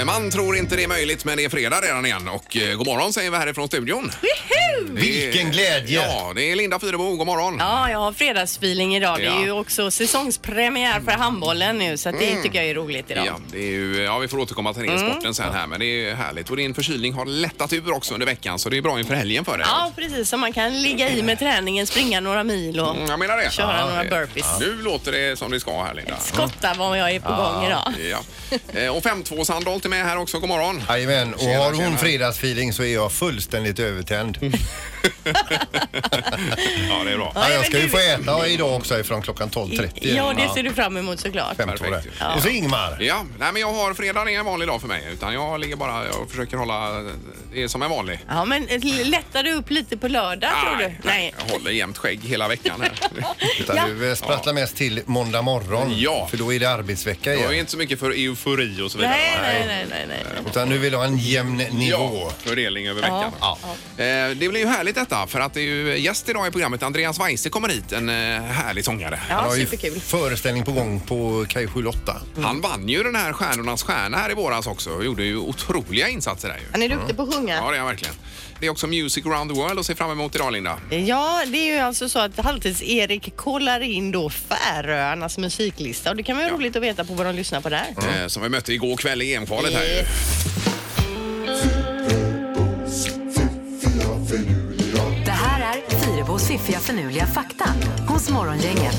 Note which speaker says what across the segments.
Speaker 1: Eh, Man tror inte det är möjligt, men det är fredag redan igen. Och eh, god morgon säger vi härifrån studion. Det är-
Speaker 2: Vilken glädje!
Speaker 1: Ja, det är Linda Fyrebo. God morgon.
Speaker 3: Ja, jag har fredagsfeeling idag. Det
Speaker 1: Ja.
Speaker 3: är ju också säsongspremiär för handbollen nu så att
Speaker 2: Mm.
Speaker 3: det tycker jag är roligt idag.
Speaker 1: Ja, det är ju, ja, vi får återkomma till
Speaker 3: Mm.
Speaker 1: ringsporten sen här, men det är ju härligt. Och din förkylning har lättat ur också under veckan, så det är bra inför helgen för dig.
Speaker 3: Ja, precis. Så man kan ligga i med träningen, springa några mil och
Speaker 1: Mm, Jag menar det.
Speaker 3: köra några
Speaker 1: det-
Speaker 3: burpees.
Speaker 1: Nu låter det som det ska här, Linda.
Speaker 3: Skotta vad jag är på gång idag.
Speaker 1: Ja. Eh, Och 5-2 Sandholt är med här också. God morgon.
Speaker 2: Jajamän, och
Speaker 1: Tjena,
Speaker 2: har hon
Speaker 1: tjena.
Speaker 2: fredagsfeeling så är jag fullständigt övertänd.
Speaker 1: Ja, det är bra.
Speaker 2: Ja, jag
Speaker 3: men
Speaker 2: ska ju
Speaker 3: du-
Speaker 2: få äta idag också ifrån klockan 12.30.
Speaker 3: Ja, det ser du fram emot såklart.
Speaker 2: Fem två där.
Speaker 1: Perfekt.
Speaker 2: Och så Ingmar.
Speaker 1: Ja, nej men jag har fredag är en vanlig dag för mig utan jag ligger bara och försöker hålla det är som en vanlig.
Speaker 3: Ja, men eh, lättar du upp lite på lördag tror du?
Speaker 1: nej, jag håller jämnt skägg hela veckan här.
Speaker 2: Utan
Speaker 3: Ja.
Speaker 2: du eh, sprattlar mest till måndag morgon.
Speaker 1: Ja.
Speaker 2: För då är det arbetsvecka
Speaker 1: Jag är
Speaker 2: igen.
Speaker 1: inte så mycket för eufori och så vidare.
Speaker 3: Nej, nej, nej, nej, nej.
Speaker 2: Utan nu vill du ha en jämn nivå.
Speaker 1: Ja, fördelning över veckan.
Speaker 2: Ja.
Speaker 1: Eh, Det blir ju härligt detta för att det är ju gäst idag i programmet. Andreas Weise kommer hit, en eh, härlig sångare.
Speaker 2: Han
Speaker 3: Ja,
Speaker 2: har ju
Speaker 3: superkul.
Speaker 2: föreställning på gång på Kaj 78.
Speaker 1: Han vann ju den här Stjärnornas stjärna här i våras också och gjorde ju otroliga insatser där ju.
Speaker 3: Han är duktig på att sjunga.
Speaker 1: Ja, det är han verkligen. Det är också Music around the world att se fram emot idag, Linda.
Speaker 3: Ja, det är ju alltså så att Halvtids-Erik kollar in då Färöarnas musiklista och det kan vara roligt att veta på vad de lyssnar på där.
Speaker 1: Eh, Som vi mötte igår kväll i EM-kvalet här ju.
Speaker 3: Mm. Yes.
Speaker 4: Det här är Fyrabos fiffiga förnuliga fakta hos Morgongänget.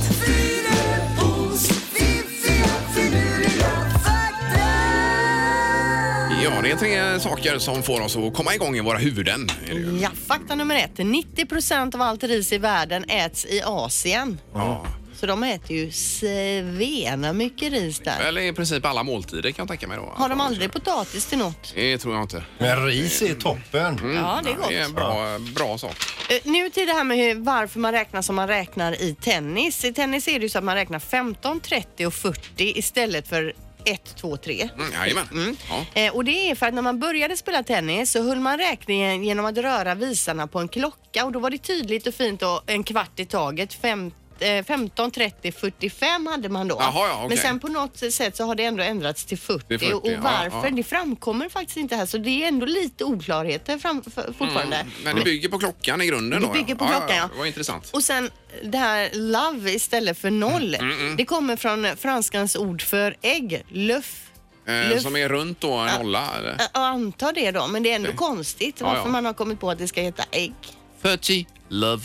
Speaker 1: Ja, det är tre saker som får oss att komma igång i våra huvuden. Är det ju.
Speaker 3: Ja, fakta nummer ett. 90 procent av allt ris i världen äts i Asien.
Speaker 1: Ja.
Speaker 3: Så de äter ju svena mycket ris där.
Speaker 1: Eller i princip alla måltider kan jag tänka mig då.
Speaker 3: Har de aldrig potatis till något?
Speaker 1: Det tror jag inte.
Speaker 2: Men ris är toppen.
Speaker 1: Mm.
Speaker 3: Ja, det är
Speaker 1: Det är en
Speaker 3: gott.
Speaker 1: bra, bra sak.
Speaker 3: Eh, Nu till det här med hur, varför man räknar som man räknar i tennis. I tennis är det ju så att man räknar 15, 30 och 40 istället för 1, 2, 3.
Speaker 1: Mm, jajamän. Ja.
Speaker 3: Eh, och det är för att när man började spela tennis så höll man räkningen genom att röra visarna på en klocka och då var det tydligt och fint och en kvart i taget. Fem, eh, 15, 30, 45 hade man då.
Speaker 1: Jaha, ja, okej.
Speaker 3: Men sen på något sätt så har det ändå ändrats till 40,
Speaker 1: Till 40,
Speaker 3: och
Speaker 1: ja,
Speaker 3: varför
Speaker 1: ja.
Speaker 3: det framkommer faktiskt inte här så det är ändå lite oklarheter fram, f- fortfarande.
Speaker 1: Men det bygger på klockan i grunden
Speaker 3: Det
Speaker 1: då?
Speaker 3: bygger på klockan, ja.
Speaker 1: Det var intressant.
Speaker 3: Och sen det här love istället för noll.
Speaker 1: Mm,
Speaker 3: Det kommer från franskans ord för ägg, löff.
Speaker 1: Eh,
Speaker 3: Luft-
Speaker 1: som är runt då, en nolla? Eller?
Speaker 3: Jag Äh, antar det då, men det är ändå
Speaker 1: Okej.
Speaker 3: konstigt
Speaker 1: Ja,
Speaker 3: varför
Speaker 1: ja.
Speaker 3: man har kommit på att det ska heta ägg.
Speaker 1: 30 love.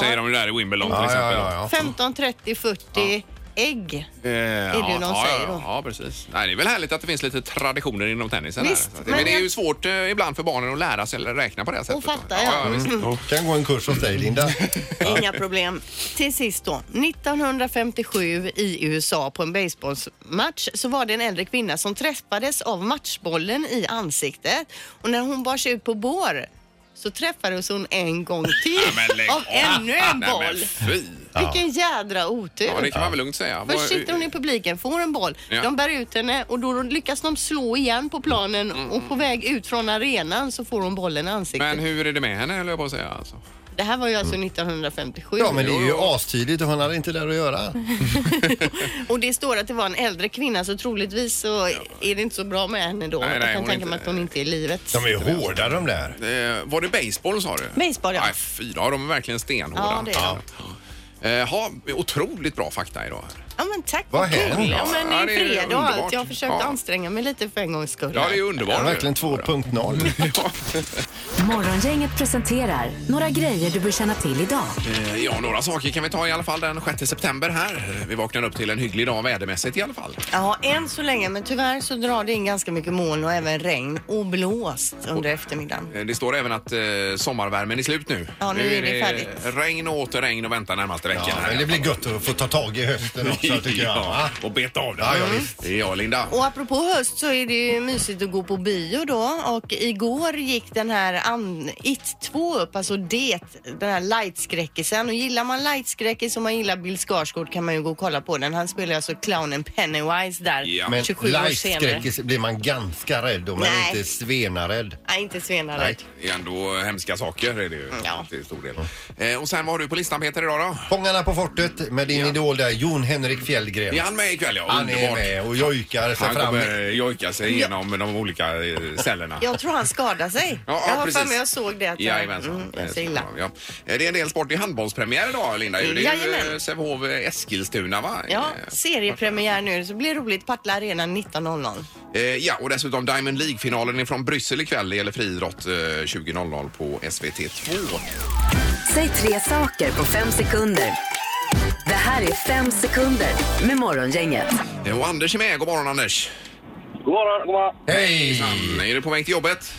Speaker 1: Säger de ju där i Wimbledon till
Speaker 2: Ja,
Speaker 1: exempel.
Speaker 2: ja, ja,
Speaker 3: 15, 30, 40 ägg.
Speaker 1: Eh,
Speaker 3: det
Speaker 1: ja,
Speaker 3: någon
Speaker 1: ja,
Speaker 3: säger
Speaker 1: ja,
Speaker 3: då?
Speaker 1: ja, precis. Nej, det är väl härligt att det finns lite traditioner inom tennisen.
Speaker 3: Visst,
Speaker 1: här. Så att-
Speaker 3: men
Speaker 1: men det är
Speaker 3: jag-
Speaker 1: ju svårt eh, ibland för barnen att lära sig eller räkna på det här sättet.
Speaker 3: fatta,
Speaker 1: ja.
Speaker 3: ja.
Speaker 1: ja, visst.
Speaker 2: ja. Kan gå en kurs hos dig Linda.
Speaker 3: Inga problem. Till sist då. 1957 i USA på en baseballmatch så var det en äldre kvinna som träffades av matchbollen i ansiktet och när hon bars ut på bår så träffades hon en gång
Speaker 1: Men
Speaker 3: till
Speaker 1: lägg
Speaker 3: av
Speaker 1: av.
Speaker 3: ännu en
Speaker 1: Nej,
Speaker 3: boll.
Speaker 1: men fy!
Speaker 3: Vilken jädra otur.
Speaker 1: Ja, det kan man väl lugnt säga.
Speaker 3: Först
Speaker 1: Vad-
Speaker 3: sitter hon i publiken, får en boll,
Speaker 1: Ja.
Speaker 3: de bär ut henne och då lyckas de slå igen på planen och på väg ut från arenan så får hon bollen i ansiktet.
Speaker 1: Mm, Men Mm. hur är det med henne, höll jag på att säga. Alltså.
Speaker 3: Det här var ju alltså 1957
Speaker 2: Ja men det är ju astydligt och han hade inte där att göra.
Speaker 3: och det står att det var en äldre kvinna så troligtvis så är det inte så bra med henne då.
Speaker 1: Nej, nej,
Speaker 3: Jag kan
Speaker 1: hon
Speaker 3: tänka
Speaker 1: inte-
Speaker 3: mig att hon inte är i livet.
Speaker 2: De är ju hårda de där.
Speaker 1: Eh, var det baseball sa du?
Speaker 3: Baseball, ja.
Speaker 1: Nej, fy då, de är verkligen stenhårda.
Speaker 3: Ja, det är de.
Speaker 1: Eh, ha, otroligt bra fakta idag.
Speaker 3: Ja men tack.
Speaker 2: Vad
Speaker 3: kul.
Speaker 2: händer?
Speaker 3: Ja men det
Speaker 1: Ja,
Speaker 3: är
Speaker 1: det är
Speaker 3: fredag och
Speaker 1: underbart.
Speaker 3: allt. Jag har försökt
Speaker 1: Ja.
Speaker 3: anstränga mig lite för en gångs skull.
Speaker 1: Ja, det är ju
Speaker 2: Det
Speaker 1: underbart.
Speaker 2: är verkligen 2.0.
Speaker 1: Ja.
Speaker 4: Morgongänget presenterar några grejer du bör känna till idag.
Speaker 1: Eh, Ja, några saker kan vi ta i alla fall den 6 september här. Vi vaknar upp till en hygglig dag vädermässigt i alla fall.
Speaker 3: Ja, än så länge, men tyvärr så drar det in ganska mycket moln och även regn och blåst under eftermiddagen.
Speaker 1: Eh, Det står även att eh, sommarvärmen är slut nu.
Speaker 3: Ja, nu är det färdigt.
Speaker 1: regn och åter regn och väntar närmaste veckan.
Speaker 2: Ja,
Speaker 1: här
Speaker 2: men
Speaker 1: i
Speaker 2: det
Speaker 1: alla
Speaker 2: blir gött att få ta tag i hösten också
Speaker 1: fall.
Speaker 2: tycker jag.
Speaker 1: ja,
Speaker 2: va?
Speaker 1: och beta av det.
Speaker 2: Ja, ja, visst.
Speaker 1: Ja, Linda.
Speaker 3: Och apropå höst så är det ju mysigt att gå på bio då och igår gick den här an- It 2 upp, alltså Det, den här lightskräckisen och gillar man lightskräckis och man gillar Bill Skarsgård kan man ju gå och kolla på den. Han spelar ju alltså clownen Pennywise där
Speaker 1: Ja.
Speaker 2: Men
Speaker 3: 27 år senare.
Speaker 2: life-skräckis blir man ganska rädd om, men
Speaker 3: Nej.
Speaker 2: inte svenarädd.
Speaker 3: Nej, inte svenare.
Speaker 1: Det är ändå hemska saker är det ju
Speaker 3: Mm, Ja.
Speaker 1: till stor del. Eh, och sen vad har du på listan Peter idag då?
Speaker 2: Fångarna på fortet med din idol där, Jon Henrik Henrik Fjällgren.
Speaker 1: Är han med ikväll? Ja,
Speaker 2: Han är
Speaker 1: underbart.
Speaker 2: med och jojkar sig
Speaker 1: Han
Speaker 2: fram.
Speaker 1: kommer jojka sig igenom de olika eh, cellerna.
Speaker 3: Jag tror han skadade sig.
Speaker 1: Ja, ja,
Speaker 3: jag har för
Speaker 1: precis.
Speaker 3: mig jag såg det. Att
Speaker 1: Jajamensan.
Speaker 3: Mm, det är
Speaker 1: Eh,
Speaker 3: så illa.
Speaker 1: Ja. Eh, Det är en del sport. Det är handbollspremiär idag, Linda. ju. Det är ju
Speaker 3: Jajamän.
Speaker 1: eh, Sävehof eh, Eskilstuna, va?
Speaker 3: Ja,
Speaker 1: Eh,
Speaker 3: seriepremiär nu så det blir roligt. Partille Arena 19.00.
Speaker 1: Eh, ja, och dessutom Diamond League-finalen är från Bryssel ikväll. Det gäller friidrott eh, 20.00 på SVT2.
Speaker 4: Säg tre saker på fem sekunder. Det här är fem sekunder med Morgongänget.
Speaker 1: Eh, och Anders är med. God morgon, Anders.
Speaker 5: God morgon, god morgon.
Speaker 2: Hej!
Speaker 1: Mm, är du på väg till jobbet?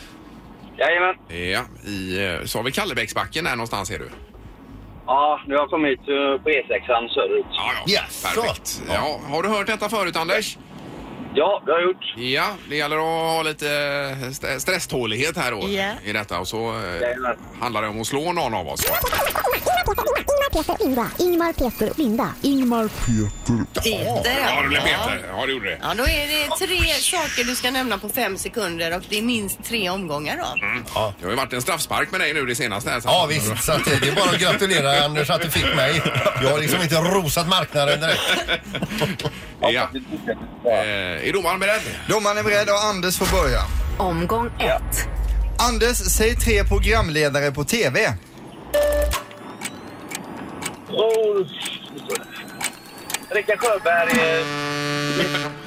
Speaker 5: Jajamän.
Speaker 1: Eh, Ja, i, eh, så har vi Kallebäcksbacken där någonstans är du.
Speaker 5: Ja, nu har jag kommit eh, på E6 söderut.
Speaker 1: Ja,
Speaker 2: Jaså?
Speaker 1: Perfekt. Ja, har du hört detta förut, Anders?
Speaker 5: Ja, det har jag gjort.
Speaker 1: Ja, det gäller att ha lite eh, st- stresstålighet här då
Speaker 3: Ja.
Speaker 1: i detta. Och så eh,
Speaker 5: Jajamän.
Speaker 1: handlar det om att slå någon av oss.
Speaker 6: Ingmar, Peter, Linda. Ingmar, Peter, Linda. Ingmar,
Speaker 3: Peter,
Speaker 1: Ja, det blev Peter. Ja, det gjorde det.
Speaker 3: Ja, då är det tre saker du ska nämna på fem sekunder och det är minst tre omgångar då.
Speaker 7: Mm.
Speaker 1: Det har ju varit en straffspark med dig nu det senaste. Här,
Speaker 2: Ja visst, så att eh, det är bara att gratulera Anders att du fick mig. Jag har liksom inte rosat marknaden direkt.
Speaker 1: Ja. Eh, är domaren beredd?
Speaker 7: Domaren är beredd och Anders får börja.
Speaker 4: Omgång ett.
Speaker 7: Anders, säg tre programledare på TV.
Speaker 5: Oh. Rickard Sjöberg. eh,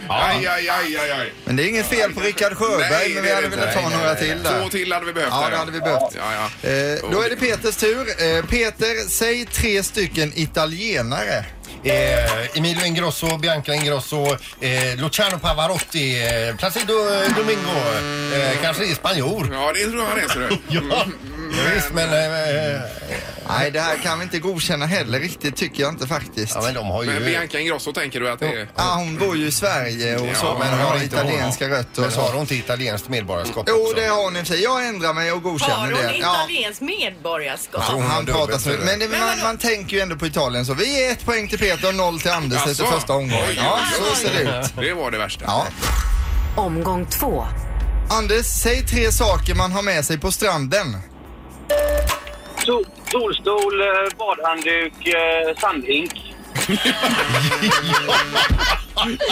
Speaker 1: Aj, aj, aj, aj, aj.
Speaker 7: Men det är inget fel på Rickard Sjöberg,
Speaker 1: Nej, det
Speaker 7: men
Speaker 1: är
Speaker 7: vi hade
Speaker 1: det
Speaker 7: velat
Speaker 1: inte.
Speaker 7: ta
Speaker 1: Nej,
Speaker 7: några
Speaker 1: nej, nej.
Speaker 7: till där.
Speaker 1: Två till hade vi behövt.
Speaker 7: Ja,
Speaker 1: där,
Speaker 7: det hade vi behövt.
Speaker 1: Ja, ja.
Speaker 7: Eh, då är det Peters tur. Eh, Peter, säg tre stycken italienare.
Speaker 2: Eh, Emilio Ingrosso, Bianca Ingrosso, eh, Luciano Pavarotti, eh, Placido eh, Domingo. Eh, kanske är spanjor.
Speaker 1: Ja, det tror jag han är, ser du.
Speaker 2: Ja, visst men... Eh, eh,
Speaker 7: Nej, det här kan vi inte godkänna heller riktigt, tycker jag inte faktiskt.
Speaker 2: ja men de har ju...
Speaker 1: Men Bianca Ingrosso tänker du att det är...
Speaker 7: Ja, hon bor ju i Sverige och så,
Speaker 1: Ja,
Speaker 7: men
Speaker 2: har
Speaker 7: har
Speaker 2: inte
Speaker 7: italienska
Speaker 2: hon-
Speaker 7: rötter och
Speaker 2: Men har
Speaker 7: så.
Speaker 2: hon inte italienskt medborgarskap
Speaker 7: Jo,
Speaker 2: också?
Speaker 7: det har hon i och för sig. Jag ändrar mig och
Speaker 8: Har
Speaker 7: godkänner
Speaker 8: hon
Speaker 7: det. Ja.
Speaker 8: italienskt medborgarskap?
Speaker 2: Ja.
Speaker 7: Han,
Speaker 2: Hon har
Speaker 7: han pratar
Speaker 2: dubbelt,
Speaker 7: så
Speaker 2: eller?
Speaker 7: Men, det, man, man tänker ju ändå på Italien så. Vi är ett poäng till Peter och noll till Anders efter
Speaker 1: Jaså?
Speaker 7: första omgången.
Speaker 1: Oj,
Speaker 7: Ja,
Speaker 1: oj,
Speaker 7: så
Speaker 1: oj.
Speaker 7: ser det ut.
Speaker 1: Det var det värsta.
Speaker 7: Ja.
Speaker 4: Omgång två.
Speaker 7: Anders, säg tre saker man har med sig på stranden.
Speaker 5: sol- Solstol, eh, badhandduk, eh, sandhink.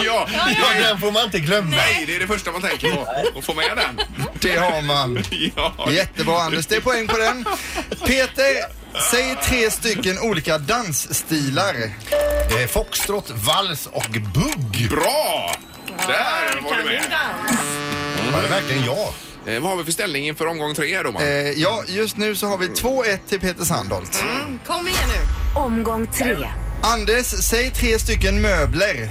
Speaker 1: Ja,
Speaker 2: Ja, den får man inte glömma.
Speaker 1: Nej, det är det första man tänker på. Att få med den.
Speaker 7: Det har man.
Speaker 1: Ja,
Speaker 7: Jättebra Anders, det är poäng på den. Peter, säg tre stycken olika dansstilar.
Speaker 2: Eh, foxtrot, vals och bugg.
Speaker 1: bra! Där var du
Speaker 8: Kan du
Speaker 1: med.
Speaker 8: dans?
Speaker 2: Var det verkligen jag?
Speaker 1: Eh, vad har vi för ställning inför omgång tre här,
Speaker 7: Eh,
Speaker 1: domaren?
Speaker 7: ja, just nu så har vi 2-1 till Peter Sandholt.
Speaker 3: Kom igen nu.
Speaker 4: Omgång tre.
Speaker 7: Anders, säg tre stycken möbler.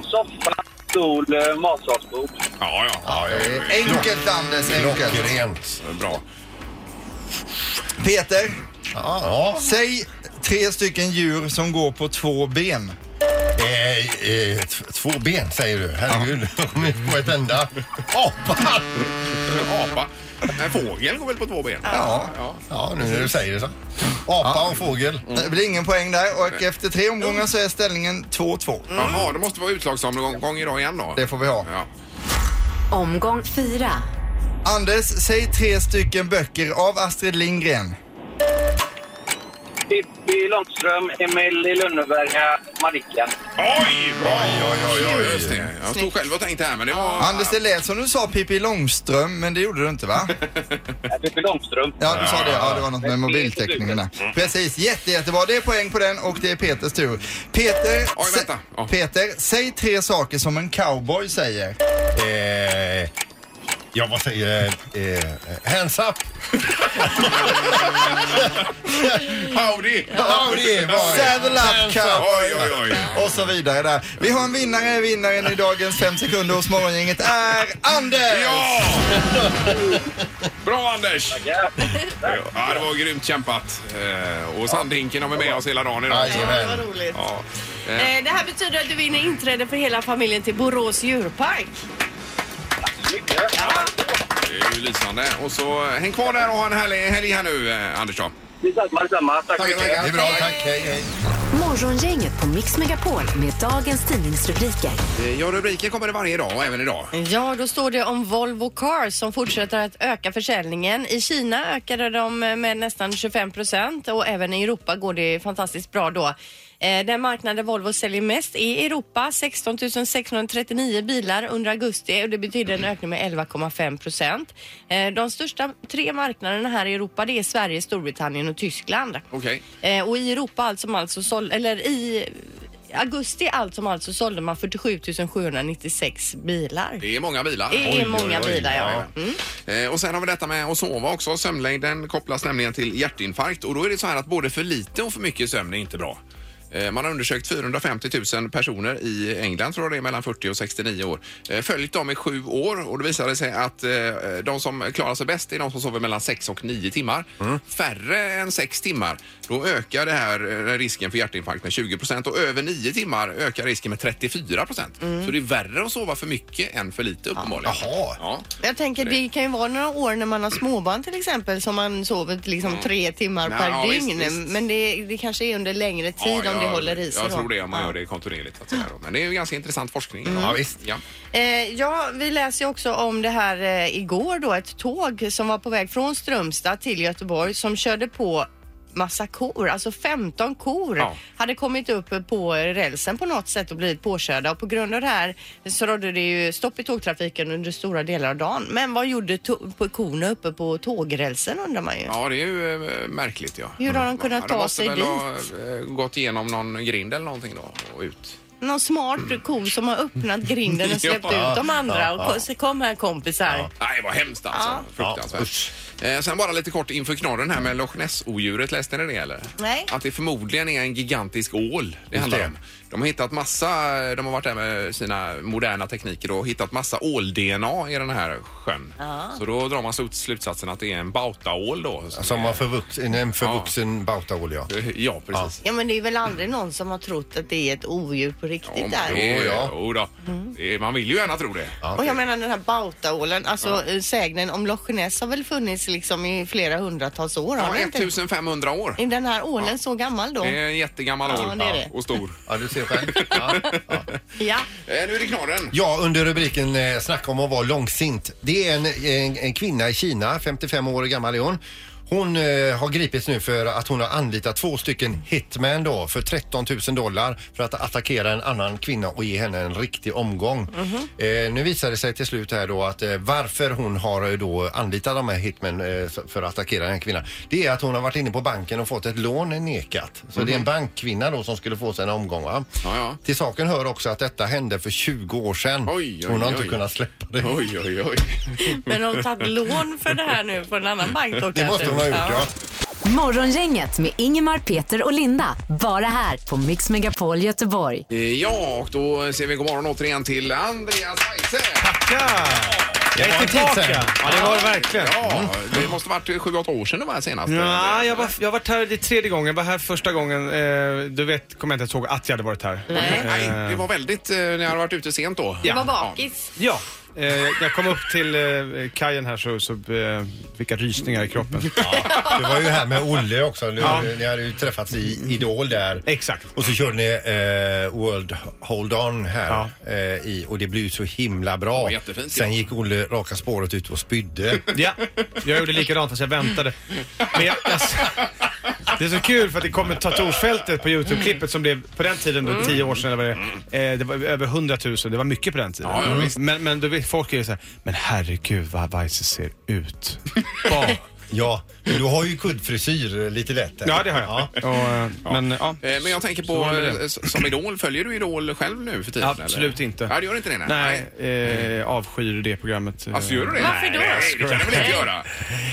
Speaker 5: Soffa, stol, eh, matsalsbord.
Speaker 1: Ja, ja. ja, ja,
Speaker 7: Eh, Enkelt Anders, enkelt.
Speaker 2: Klockrent.
Speaker 1: Bra.
Speaker 7: Peter,
Speaker 2: Ja,
Speaker 7: säg tre stycken djur som går på två ben.
Speaker 2: ja. Eh, eh, t- två ben säger du. Herregud, de är på ett enda. Apa!
Speaker 1: En apa. En fågel går väl på två ben?
Speaker 7: Ja.
Speaker 1: ja.
Speaker 2: Ja, nu när du säger det så. Apa och fågel.
Speaker 7: Det blir ingen poäng där och efter tre omgångar så är ställningen 2-2.
Speaker 1: Jaha, det måste vara utslagsomgång idag igen då.
Speaker 7: Det får vi ha.
Speaker 1: Ja.
Speaker 4: Omgång fyra.
Speaker 7: Anders, säg tre stycken böcker av Astrid Lindgren.
Speaker 5: Pippi Långström, Emil i Lönneberga, Marika.
Speaker 1: Oj, bra! Oj, oj, oj, oj, just det. Jag stod själv och tänkte här, men det var...
Speaker 7: Anders, det lät som du sa Pippi Långström, men det gjorde du inte va?
Speaker 5: Eh, Pippi Långström.
Speaker 7: Ja, du sa det. Ja, det var något med mobiltäckningen där. Precis, jätte, jättebra. Det är poäng på den och det är Peters tur. Peter,
Speaker 1: Oj,
Speaker 7: sä-
Speaker 1: vänta. Ja.
Speaker 7: Peter säg tre saker som en cowboy säger.
Speaker 2: Eh, ja, vad säger eh, eh, Hands up!
Speaker 1: Howdy!
Speaker 2: Ja, det är bra.
Speaker 7: Saddle up
Speaker 1: Oj, oj,
Speaker 7: cowboy!
Speaker 1: oj.
Speaker 7: Och så vidare där. Vi har en vinnare. Vinnaren i dagens fem sekunder hos Morgongänget är Anders!
Speaker 1: Ja! Bra Anders!
Speaker 5: Ja.
Speaker 1: Ja, det var grymt kämpat. Eh, Och sandhinken har vi med oss hela dagen idag.
Speaker 2: Jajamän.
Speaker 8: Vad roligt.
Speaker 1: Ja.
Speaker 8: Eh, Det här betyder att du vinner inträde för hela familjen till Borås djurpark.
Speaker 1: Det är ju lysande. Och så eh, häng kvar där och ha en härlig helg här nu, eh, Anders. Då.
Speaker 5: Detsamma, detsamma. Tack så mycket.
Speaker 2: Det är bra, tack. Hej, hej.
Speaker 4: Morgongänget på Mix Megapol med dagens tidningsrubriker.
Speaker 1: Eh, Ja, rubriken kommer det varje dag och även idag.
Speaker 3: Ja, då står det om Volvo Cars som fortsätter att öka försäljningen. I Kina ökade de med nästan 25 procent och även i Europa går det fantastiskt bra då. Eh, Den marknad där Volvo säljer mest är Europa, 16 639 bilar under augusti och det betyder en ökning med 11,5 procent. Eh, De största tre marknaderna här i Europa det är Sverige, Storbritannien och Tyskland.
Speaker 1: Okej.
Speaker 3: Eh, Och i Europa allt som alltså såld, eller i augusti allt som alltså sålde man 47 796 bilar.
Speaker 1: Det är många bilar.
Speaker 3: Det är många bilar, ja.
Speaker 1: Eh, Och sen har vi detta med att sova också. Sömnlängden kopplas nämligen till hjärtinfarkt och då är det så här att både för lite och för mycket sömn är inte bra. Eh, Man har undersökt 450 000 personer i England, tror jag det är, mellan 40 och 69 år. Eh, Följt dem i sju år och det visade sig att eh, de som klarar sig bäst är de som sover mellan 6 och 9 timmar. Färre än 6 timmar, då ökar det här eh, risken för hjärtinfarkt med 20 procent och över 9 timmar ökar risken med 34 procent. Så det är värre att sova för mycket än för lite uppenbarligen.
Speaker 2: Jaha.
Speaker 1: Ja.
Speaker 3: Jag tänker det kan ju vara några år när man har småbarn till exempel som man sover liksom tre timmar
Speaker 1: Ja,
Speaker 3: per
Speaker 1: ja, visst,
Speaker 3: dygn.
Speaker 1: visst.
Speaker 3: Men det, det kanske är under längre tid om det
Speaker 1: jag-
Speaker 3: håller i sig.
Speaker 1: Jag
Speaker 3: då.
Speaker 1: tror det om man
Speaker 3: Ja. Mm,
Speaker 1: gör det kontinuerligt. Att säga. då. Men det är ju ganska intressant forskning. Ja,
Speaker 2: visst.
Speaker 1: Ja.
Speaker 3: Eh, ja, vi läser ju också om det här eh, igår då, ett tåg som var på väg från Strömstad till Göteborg som körde på massa kor, alltså 15 kor
Speaker 1: Ja.
Speaker 3: hade kommit upp på rälsen på något sätt och blivit påkörda och på grund av det här så rådde det ju stopp i tågtrafiken under stora delar av dagen. Men vad gjorde to- på korna uppe på tågrälsen undrar man ju.
Speaker 1: ja, det är ju eh, märkligt. Ja.
Speaker 3: Hur har de kunnat
Speaker 1: ja,
Speaker 3: ta
Speaker 1: måste
Speaker 3: sig
Speaker 1: väl
Speaker 3: dit?
Speaker 1: ha eh, gått igenom någon grind eller någonting då och ut.
Speaker 3: Någon smart ko som har öppnat grinden och släppt
Speaker 1: Ja.
Speaker 3: ut de andra och ko- så kom här kompisar.
Speaker 1: Nej, vad hemskt alltså. Fruktansvärt. eh, sen bara lite kort inför knorren här med Loch Ness-odjuret. Läste ni det eller?
Speaker 3: Nej.
Speaker 1: Att det förmodligen är en gigantisk ål det handlar
Speaker 2: det.
Speaker 1: om. De har hittat massa, de har varit där med sina moderna tekniker och hittat massa ål-DNA i den här sjön. Så då drar man slutsatsen att det är en bautaål då.
Speaker 2: Som var förvuxen, en förvuxen bautaål, ja.
Speaker 1: Ja, precis.
Speaker 3: Ja men det är väl aldrig någon som har trott att det är ett odjur på riktigt
Speaker 1: Om
Speaker 3: där.
Speaker 1: det-
Speaker 2: Jo, ja.
Speaker 1: Jo då.
Speaker 3: Mm.
Speaker 1: Det- Man vill ju gärna tro det.
Speaker 3: Och jag menar den här bautaålen, alltså ja. sägnen om Loch Ness har väl funnits liksom i flera hundratals år? har
Speaker 1: Ja,
Speaker 3: den inte?
Speaker 1: 1500 år.
Speaker 3: Är den här ålen så gammal då?
Speaker 2: Eh.
Speaker 1: Det är en jättegammal
Speaker 3: Ja,
Speaker 1: ål
Speaker 3: det är det.
Speaker 1: och stor.
Speaker 2: Ja, du ser själv. Ja, ja.
Speaker 3: Ja.
Speaker 1: Eh, Nu är det knorren.
Speaker 2: Ja, under rubriken eh, Snacka om att vara långsint. Det är en, en, en kvinna i Kina, 55 år gammal är hon. Hon eh, har gripits nu för att hon har anlitat två stycken hitman då för 13 000 dollar för att attackera en annan kvinna och ge henne en riktig omgång.
Speaker 1: Mhm.
Speaker 2: eh, nu visar det sig till slut här då att eh, varför hon har eh, då anlitat de här hitmen eh, för att attackera den här kvinnan. Det är att hon har varit inne på banken och fått ett lån nekat. Så det är en bankkvinna då som skulle få sig en omgång va?
Speaker 1: Mhm. Ja, ja.
Speaker 2: Till saken hör också att detta hände för 20 år sedan.
Speaker 1: Oj, oj,
Speaker 2: Hon har inte
Speaker 1: oj.
Speaker 2: kunnat släppa det.
Speaker 1: Oj, oj, oj.
Speaker 3: Men de har tagit lån för det här nu på en annan bank då kanske?
Speaker 2: Det måste hon ha gjort, ja.
Speaker 4: Morgongänget med Ingemar, Peter och Linda. Bara här på Mix Megapol Göteborg.
Speaker 1: Eh, Ja, och då säger vi god morgon återigen till Andreas Weise.
Speaker 9: Ja, jag är
Speaker 2: var en tid
Speaker 9: tillbaka.
Speaker 2: sen.
Speaker 9: Ja, det var det verkligen.
Speaker 1: Ja, det måste varit 7-8 år sedan du var här senast.
Speaker 9: Mm. Ja, jag, var, jag har varit här, det är tredje gången. Jag var här första gången. Eh, du vet, kommer jag inte ihåg att jag hade varit här.
Speaker 1: Nej, det var väldigt... eh, Ni hade varit ute sent då.
Speaker 9: Ja.
Speaker 3: Var bakis.
Speaker 9: Ja. Eh, jag kom upp till eh, kajen här så, så eh, vilka rysningar i kroppen.
Speaker 2: Du var ju här med Olle också. Ni,
Speaker 9: Ja.
Speaker 2: ni hade ju träffats i Idol där.
Speaker 9: Exakt.
Speaker 2: Och så körde ni eh, World Hold On här. Eh, i, och det blev ju så himla bra.
Speaker 1: var jättefint,
Speaker 2: Sen
Speaker 1: ja.
Speaker 2: gick Olle raka spåret ut och spydde.
Speaker 9: Ja, jag gjorde likadant fast jag väntade. Men jag, jag, det är så kul för att i kommentatorsfältet på Youtube-klippet som blev på den tiden då, tio år sedan eller vad det, är, eh, det var över 100 000. Det var mycket på den tiden.
Speaker 1: Ja, ja, visst.
Speaker 9: men men då, vet- folk är ju såhär, men herregud vad Weise ser ut. Ja,
Speaker 2: ja, men du har ju kuddfrisyr eh, lite lätt. här.
Speaker 9: ja det har jag. Och, eh, Men, ja.
Speaker 1: Eh, Men jag tänker
Speaker 9: Så
Speaker 1: på,
Speaker 9: var det med det.
Speaker 1: eh, s- som Idol, följer du Idol själv nu för tiden?
Speaker 9: Absolut
Speaker 1: eller?
Speaker 9: inte.
Speaker 1: Nej, du gör inte det? Nej.
Speaker 9: Nej, eh, avskyr det programmet. eh.
Speaker 1: Alltså, gör du det?
Speaker 3: Varför då?
Speaker 1: Nej, det kan du väl inte göra?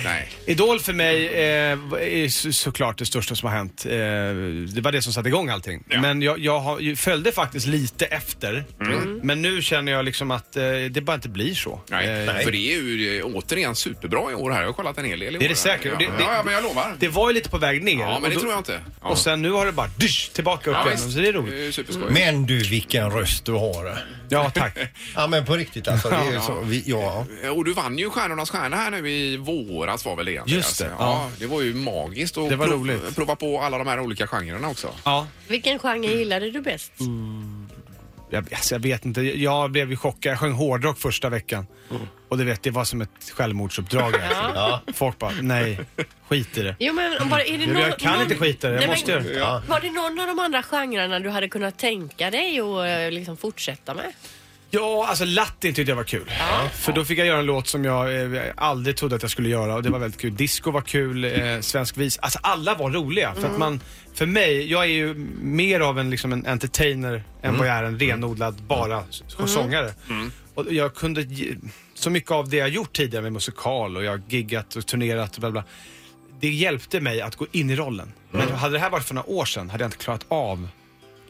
Speaker 1: Nej.
Speaker 9: Idol för mig eh, är så- såklart det största som har hänt. Eh, det var det som satte igång allting.
Speaker 1: Ja. Mm.
Speaker 9: Men jag, jag har, ju- följde faktiskt lite efter. Men nu känner jag liksom att eh, det bara inte blir så.
Speaker 1: Nej,
Speaker 9: Eh,
Speaker 1: för det är ju eh, återigen superbra i år här. Jag har kollat en hel del i år.
Speaker 9: Det är det säkert.
Speaker 1: Ja.
Speaker 9: Och det- det-
Speaker 1: ja, ja, men jag lovar.
Speaker 9: Det var ju lite på väg ner.
Speaker 1: ja,
Speaker 9: Och
Speaker 1: men det
Speaker 9: då-
Speaker 1: tror jag inte. Ja.
Speaker 9: Och sen nu har det bara dysch, tillbaka upp
Speaker 1: ja,
Speaker 9: igen. Så det är roligt. Mm.
Speaker 1: Det är superskoj.
Speaker 2: Men du, vilken röst du har.
Speaker 9: Ja, tack.
Speaker 2: Ja, men på riktigt alltså. Det är ju så, vi, ja.
Speaker 1: Eh, Och du vann ju Stjärnornas stjärna här nu i våras var väl det egentligen.
Speaker 9: Just det,
Speaker 1: Alltså,
Speaker 9: ja.
Speaker 1: Det var ju magiskt att
Speaker 9: Det var
Speaker 1: prov-
Speaker 9: roligt.
Speaker 1: prova på alla de här olika genrerna också.
Speaker 9: Ja.
Speaker 3: Vilken genre gillade du bäst?
Speaker 7: Jag, alltså, jag vet inte. Jag blev ju chockad. Jag sjöng hårdrock första veckan. Och du vet, det var som ett självmordsuppdrag. Alltså. Folk bara, nej, skit i det.
Speaker 3: Jo, men var, är det
Speaker 7: Jo,
Speaker 3: någon,
Speaker 7: jag kan
Speaker 3: någon,
Speaker 7: inte skita i det. Jag
Speaker 3: Nej,
Speaker 7: måste
Speaker 3: men-
Speaker 7: göra det. Ja.
Speaker 3: Var det någon av de andra genrerna du hade kunnat tänka dig och eh, liksom fortsätta med?
Speaker 7: Ja, alltså Latin tyckte jag var kul. För då fick jag göra en låt som jag eh, aldrig trodde att jag skulle göra och det var väldigt kul. Disco var kul, eh, svensk vis. Alltså alla var roliga. För att man, för mig, jag är ju mer av en, liksom en entertainer än vad jag är en renodlad bara s- sångare. Och jag kunde, ge- så mycket av det jag gjort tidigare med musikal och jag har giggat och turnerat och bla bla. Det hjälpte mig att gå in i rollen. Men hade det här varit för några år sedan hade jag inte klarat av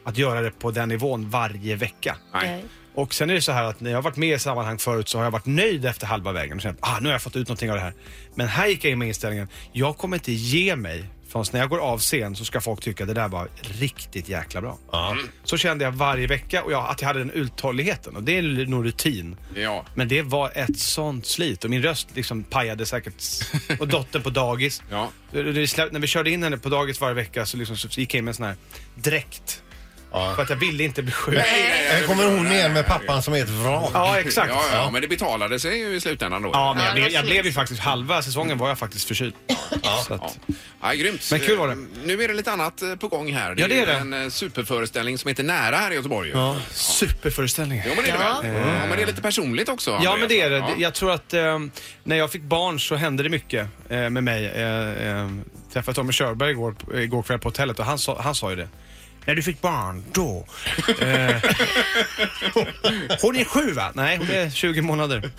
Speaker 7: att göra det på den nivån varje vecka.
Speaker 1: Nej.
Speaker 7: Och sen är det så här att när jag har varit med i sammanhang förut så har jag varit nöjd efter halva vägen och känt ah, nu har jag fått ut någonting av det här. Men här gick jag in med inställningen, jag kommer inte ge mig förrän när jag går av scen så ska folk tycka det där var riktigt jäkla bra. Så kände jag varje vecka och jag, att jag hade den uthålligheten och det är nog rutin.
Speaker 1: Ja.
Speaker 7: Men det var ett sånt slit och min röst liksom pajade säkert. Och dottern på dagis.
Speaker 1: Ja.
Speaker 7: Det- det slä- När vi körde in henne på dagis varje vecka så, liksom, så gick jag in med en sån här dräkt. För att jag ville inte bli sjuk.
Speaker 2: Här Eh, kommer hon igen med pappan som är ett vrak.
Speaker 7: Ja, exakt.
Speaker 1: Ja, ja, men det betalade sig ju i slutändan då.
Speaker 7: Ja, men jag,
Speaker 3: det
Speaker 7: blev,
Speaker 3: var
Speaker 7: jag
Speaker 3: snyggt.
Speaker 7: blev ju faktiskt, halva säsongen var jag faktiskt förkyld. Så att,
Speaker 1: Ja, grymt.
Speaker 7: Men kul var det.
Speaker 1: Eh, Nu är det lite annat eh, på gång här.
Speaker 7: Ja, det är
Speaker 1: ju
Speaker 7: det.
Speaker 1: en eh, superföreställning som heter Nära här i Göteborg. ju.
Speaker 7: ja, superföreställning.
Speaker 1: Jo, men det är det väl? Ja, men det är lite personligt också.
Speaker 7: Ja,
Speaker 1: Andreas.
Speaker 7: men det är det.
Speaker 1: Ja.
Speaker 7: Jag tror att eh, när jag fick barn så hände det mycket eh, med mig. Eh, eh, träffade Tommy Körberg igår, eh, igår kväll på hotellet och han sa, han sa ju det. När du fick barn, då... Eh, hon är sju, va? Nej, hon är 20 månader.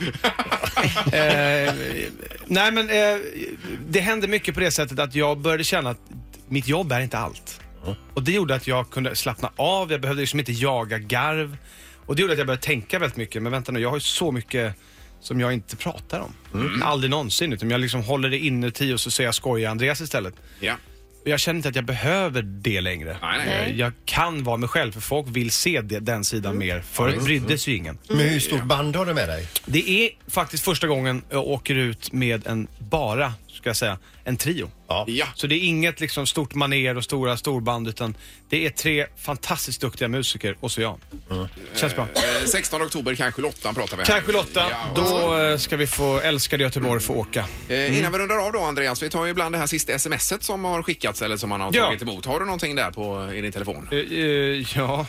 Speaker 7: eh, nej, men eh, det hände mycket på det sättet att jag började känna att mitt jobb är inte allt. Och det gjorde att jag kunde slappna av, jag behövde liksom inte jaga garv. Och det gjorde att jag började tänka väldigt mycket, men vänta nu, jag har ju så mycket som jag inte pratar om.
Speaker 1: Mm.
Speaker 7: Mm. Aldrig någonsin, utan jag liksom håller det inuti och så säger jag skoja Andreas istället.
Speaker 1: Ja.
Speaker 7: Och jag känner inte att jag behöver det längre.
Speaker 1: Nej, nej.
Speaker 7: Eh, Jag kan vara mig själv, för folk vill se det, den sidan
Speaker 1: Mm.
Speaker 7: mer. Förut brydde sig ju ingen.
Speaker 2: Men hur stort band har du med dig?
Speaker 7: Det är faktiskt första gången jag åker ut med en, bara, ska jag säga, en trio.
Speaker 1: Ja.
Speaker 7: Så det är inget liksom stort maner och stora storband utan det är tre fantastiskt duktiga musiker och så jag.
Speaker 1: Mm.
Speaker 7: Känns bra.
Speaker 1: Eh, 16 oktober, kanske Lotta pratar vi här.
Speaker 7: Kanske Lotta,
Speaker 1: Ja, och så.
Speaker 7: då eh, ska vi få älskade Göteborg få åka.
Speaker 1: Eh,
Speaker 7: Mm.
Speaker 1: innan vi rundar av då Andreas, vi tar ju ibland det här sista smset som har skickats eller som man har
Speaker 7: Ja.
Speaker 1: tagit emot. Har du någonting där på, i din telefon?
Speaker 7: Eh, eh, Ja,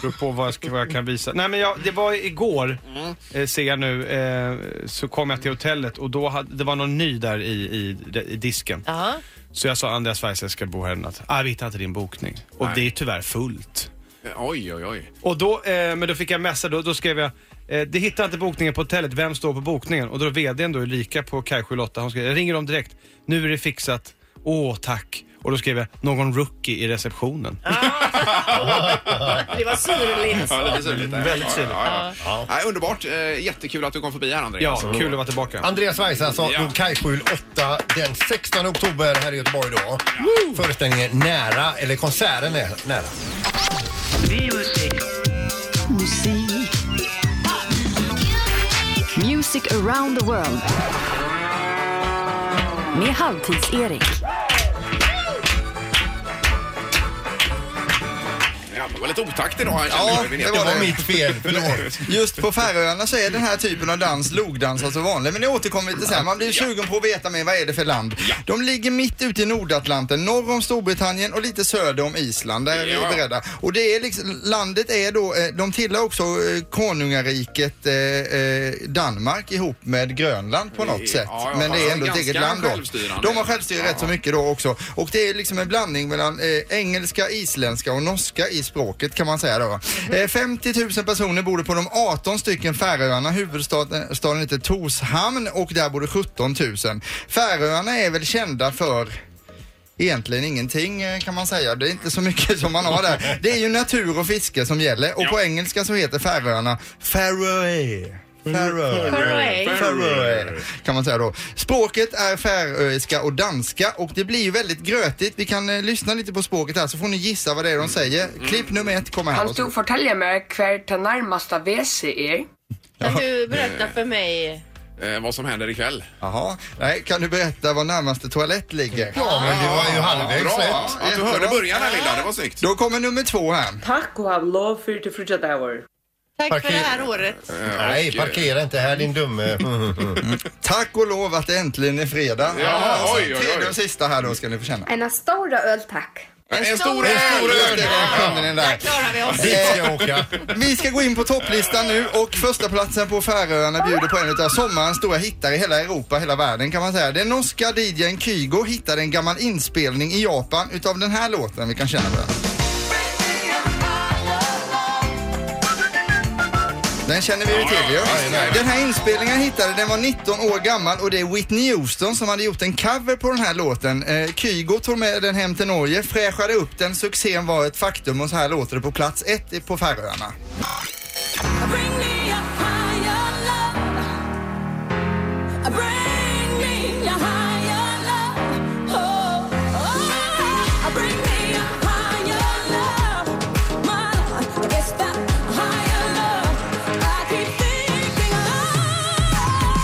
Speaker 7: beror på vad jag, ska, vad jag kan visa. Nej men jag, det var igår,
Speaker 1: Mm.
Speaker 7: eh, ser jag nu, eh, så kom jag till hotellet och då hade, det var någon ny där i, i, i disken.
Speaker 3: Ja.
Speaker 7: Så jag sa Andreas Weise, jag ska bo här en natt. Ah, vi hittar inte din bokning. Och
Speaker 1: Nej.
Speaker 7: det är tyvärr fullt.
Speaker 1: Eh, Oj, oj, oj.
Speaker 7: Och då, eh, men då fick jag messa, då, då skrev jag eh, det hittar inte bokningen på hotellet, vem står på bokningen? Och då vdn då Ulrika på Kajsjö Lotta, hon skrev, jag ringer dem direkt, nu är det fixat, åh tack. Och då skrev jag, någon rookie i receptionen.
Speaker 3: Det var surligt.
Speaker 1: Ja, lite syrligt. där.
Speaker 7: Väldigt syrligt.
Speaker 1: Ja, ja, ja. Nej, underbart. Eh, jättekul att du kom förbi här Andreas.
Speaker 7: Ja, kul att vara tillbaka.
Speaker 2: Andreas Weiss alltså,
Speaker 1: Ja.
Speaker 2: ja. Kajskjul 8 den 16 oktober här i Göteborg då. Föreställningen nära, eller konserten är nära.
Speaker 4: Music around the world. Med Halvtids-Erik.
Speaker 1: Ja, det var lite otakt idag. Jag kände
Speaker 10: Ja,
Speaker 1: hur vi
Speaker 10: det
Speaker 2: Det
Speaker 1: vet.
Speaker 2: var mitt fel, förlåt.
Speaker 10: Just på Färöarna så är den här typen av dans logdans alltså vanlig, men det återkommer lite sen. Man blir sugen på att veta mer, vad är det för land? De ligger mitt ute i Nordatlanten, norr om Storbritannien och lite söder om Island. Där är vi
Speaker 1: Ja.
Speaker 10: beredda. Och det är liksom, landet är då, eh, de tillhör också eh, konungariket eh, eh, Danmark ihop med Grönland på något sätt.
Speaker 1: ja,
Speaker 10: Men det
Speaker 1: fast
Speaker 10: är ändå ett
Speaker 1: ganska
Speaker 10: eget land då.
Speaker 1: självstyrande.
Speaker 10: De har självstyre rätt så mycket då också. Och det är liksom en blandning mellan eh, engelska, isländska och norska i språket kan man säga då. Eh, 50 000 personer bor det på de 18 stycken Färöarna. Huvudstaden staden heter Torshamn och där bor det 17 000. Färöarna är väl kända för Egentligen ingenting eh, kan man säga. Det är inte så mycket som man har där. Det är ju natur och fiske som gäller och på engelska så heter Färöarna Faroe. Faroe.
Speaker 3: Faroe.
Speaker 10: Färöer, kan man säga då. Språket är färöiska och danska och det blir ju väldigt grötigt. Vi kan eh, lyssna lite på språket här så får ni gissa vad det
Speaker 1: Mm.
Speaker 10: är de säger. Klipp nummer ett kommer här. varsågod.
Speaker 11: fortälja mig kvar det närmaste WC är?
Speaker 3: Kan du berätta för mig
Speaker 1: eh, vad som händer ikväll.
Speaker 7: Jaha. Nej, kan du berätta var närmaste toalett ligger?
Speaker 2: Ja, men det var ju halvvägs
Speaker 1: Bra!
Speaker 2: rätt.
Speaker 1: Att du hörde början här Linda, det var snyggt.
Speaker 7: Då kommer nummer två här.
Speaker 5: Tack och have love for you to Frigid Hour.
Speaker 3: Tack för
Speaker 2: Parker-
Speaker 3: det här året.
Speaker 2: Nej, parkera inte här din dumme. Mm.
Speaker 7: Tack och lov att det äntligen är fredag.
Speaker 1: Ja, oj, oj, oj.
Speaker 7: Tredje och sista här då ska ni få känna.
Speaker 6: Ena stora öl tack.
Speaker 1: En stor
Speaker 7: En stor
Speaker 1: öl!
Speaker 7: öl, det var skärmen i den där.
Speaker 3: Klarar vi oss.
Speaker 2: Dit ska jag åka.
Speaker 7: Vi ska gå in på topplistan nu och första platsen på Färöarna bjuder på en av sommarens stora hittar i hela Europa, hela världen kan man säga. Den norska DJn Kygo hittade en gammal inspelning i Japan utav den här låten. Vi kan känna på den. Den känner vi ju till ju. Den här inspelningen jag hittade, den var 19 år gammal och det är Whitney Houston som hade gjort en cover på den här låten. Eh, Kygo tog med den hem till Norge, fräschade upp den, succén var ett faktum och så här låter det på plats ett på Färöarna.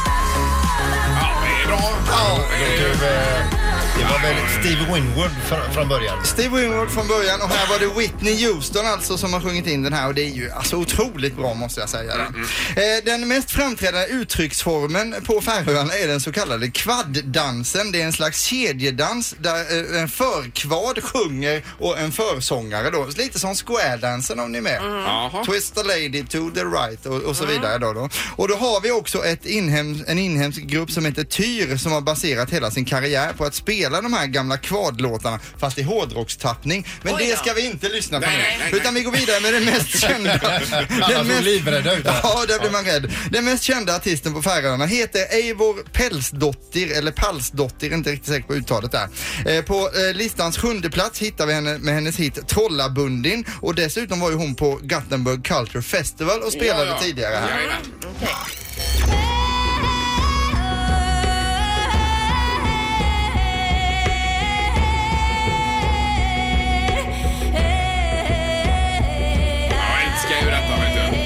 Speaker 1: Ja, det är bra.
Speaker 2: Du, eh, Det var väl Steve Winwood fr- från början.
Speaker 7: Steve Winwood från början och här var det Whitney Houston alltså som har sjungit in den här och det är ju alltså otroligt bra måste jag säga. Den, eh, den mest framträdande uttrycksformen på Färöarna är den så kallade kvaddansen. Det är en slags kedjedans där eh, en förkvad sjunger och en försångare då. Lite som squaredansen om ni är med.
Speaker 1: Jaha.
Speaker 7: Twist the lady to the right och, och så vidare då, då. Och då har vi också ett inhems, en inhemsk grupp som heter Tyr som har baserat hela sin karriär på att spela de här gamla kvadlåtarna fast i hårdrockstappning. Men det ska vi inte lyssna på
Speaker 1: Nej,
Speaker 7: nu.
Speaker 1: nej, nej, nej.
Speaker 7: Utan vi går vidare med den mest kända.
Speaker 2: Alla såg livrädda ut. här.
Speaker 7: Ja, där blir man rädd. Den mest kända artisten på Färöarna heter Eivor Pälsdottir, eller Palsdottir, inte riktigt säker på uttalet där. Eh, På eh, listans sjunde plats hittar vi henne med hennes hit Trollabundin och dessutom var ju hon på Gothenburg Culture Festival och spelade
Speaker 1: Ja, ja.
Speaker 7: tidigare här.
Speaker 1: Jajamän. Jag älskar ju detta, vet du.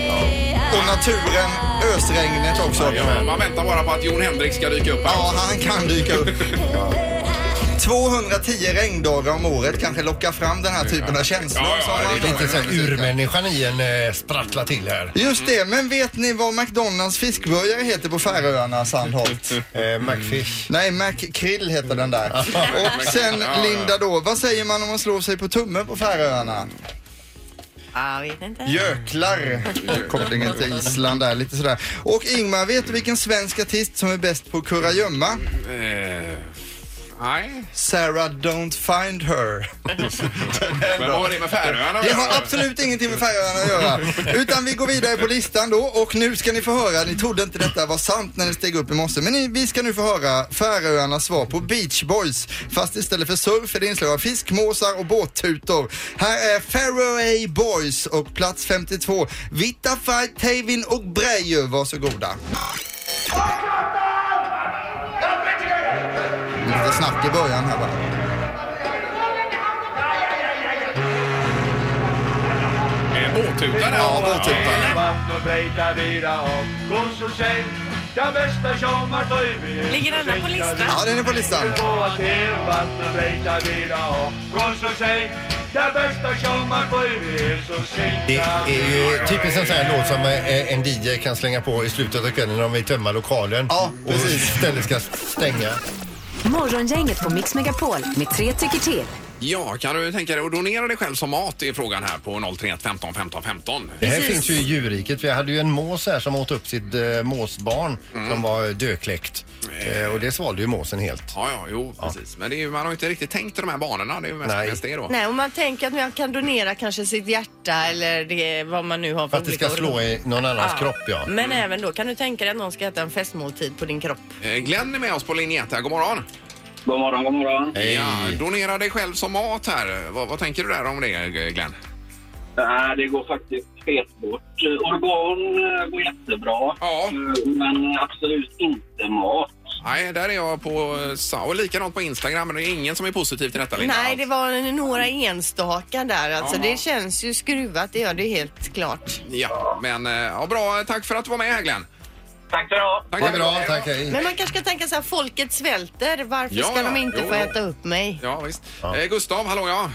Speaker 7: Och naturen, ösregnet också.
Speaker 1: Ja, man väntar bara på att Jon Henrik ska dyka upp här.
Speaker 7: Ja, han kan dyka upp. 210 regndagar om året kanske lockar fram den här typen av känslor.
Speaker 1: Ja, ja,
Speaker 7: som
Speaker 1: det är
Speaker 7: man-
Speaker 1: lite
Speaker 2: Inte så här urmänniskan i en eh, sprattla till här.
Speaker 7: Just det, men vet ni vad McDonalds fiskburgare heter på Färöarna, Sandholt?
Speaker 2: Eh, Macfish.
Speaker 7: Nej, McKrill heter den där. Och sen
Speaker 1: Ja, ja.
Speaker 7: Linda då, vad säger man om man slår sig på tummen på Färöarna?
Speaker 3: Ja, vet inte.
Speaker 7: Jöklar. Kopplingen till Island där, lite sådär. Och Ingmar, vet du vilken svensk artist som är bäst på kurragömma?
Speaker 1: Eh, nej.
Speaker 7: Sarah Don't Find Her.
Speaker 1: Men vad har det med Färöarna att
Speaker 7: Det
Speaker 1: göra?
Speaker 7: har absolut ingenting med Färöarna att göra. Utan vi går vidare på listan då och nu ska ni få höra, ni trodde inte detta var sant när ni steg upp i morse, men ni, vi ska nu få höra Färöarnas svar på Beach Boys. Fast istället för surf är det inslag av fiskmåsar och båttutor. Här är Faroe Boys och plats 52. Vita Fight, Tevin och Breju, varsågoda. Lite snack i början här bara.
Speaker 1: Eh, Båttuta där.
Speaker 7: Ja, båttuta.
Speaker 8: Ligger denna på listan?
Speaker 7: Ja, den är på listan.
Speaker 2: Det är ju typiskt en sån här låt som eh, en DJ kan slänga på i slutet av kvällen när de vill tömma lokalen.
Speaker 7: Ja,
Speaker 2: och
Speaker 7: precis.
Speaker 2: istället ska stänga.
Speaker 4: Morgongänget på Mix Megapol med tre tycker till.
Speaker 1: Ja, kan du tänka dig att donera dig själv som mat i frågan här på 031 15 15 15.
Speaker 2: Det här finns ju i djurriket. Vi hade ju en mås här som åt upp sitt eh, måsbarn
Speaker 7: Mm.
Speaker 2: som var dökläckt. Eh, och det svalde ju måsen helt.
Speaker 1: Ja, ja, jo, precis. Men det är, ju- man har ju inte riktigt tänkt i de här banorna. Det är ju mest,
Speaker 2: Nej.
Speaker 1: mest det då.
Speaker 3: Nej, och man tänker att man kan donera kanske sitt hjärta eller det, vad man nu har för
Speaker 2: För att det ska
Speaker 3: olika
Speaker 2: slå i någon annans
Speaker 3: Ja.
Speaker 2: kropp ja.
Speaker 3: Men även då, kan du tänka dig att någon ska äta en festmåltid på din kropp?
Speaker 1: Eh, Glenn är med oss på linje 1 här. God morgon!
Speaker 5: God morgon, god morgon.
Speaker 2: Hej.
Speaker 1: Ja, donera dig själv som mat här. Vad, vad tänker du där om det, eh, Glenn?
Speaker 5: Nej, det går faktiskt fet bort. Eh, Organ eh, går jättebra,
Speaker 1: Ja.
Speaker 5: Eh, men absolut inte mat.
Speaker 1: Nej, där är jag på... eh, sa- Och likadant på Instagram, men det är ingen som är positiv till detta, Linda.
Speaker 3: Nej, det var några enstaka där alltså.
Speaker 1: Ja.
Speaker 3: Det känns ju skruvat, det gör det helt klart.
Speaker 1: Ja, men eh, ja, bra. Tack för att du var med här, Glenn.
Speaker 5: Tack för idag!
Speaker 1: Tack,
Speaker 2: Det är bra, tack hej.
Speaker 3: Men man kanske ska tänka så här, folket svälter. Varför
Speaker 1: Ja,
Speaker 3: ska
Speaker 1: ja.
Speaker 3: de inte
Speaker 1: Jo,
Speaker 3: få
Speaker 1: jo.
Speaker 3: äta upp mig?
Speaker 1: Ja, visst. Eh, Gustav, hallå ja.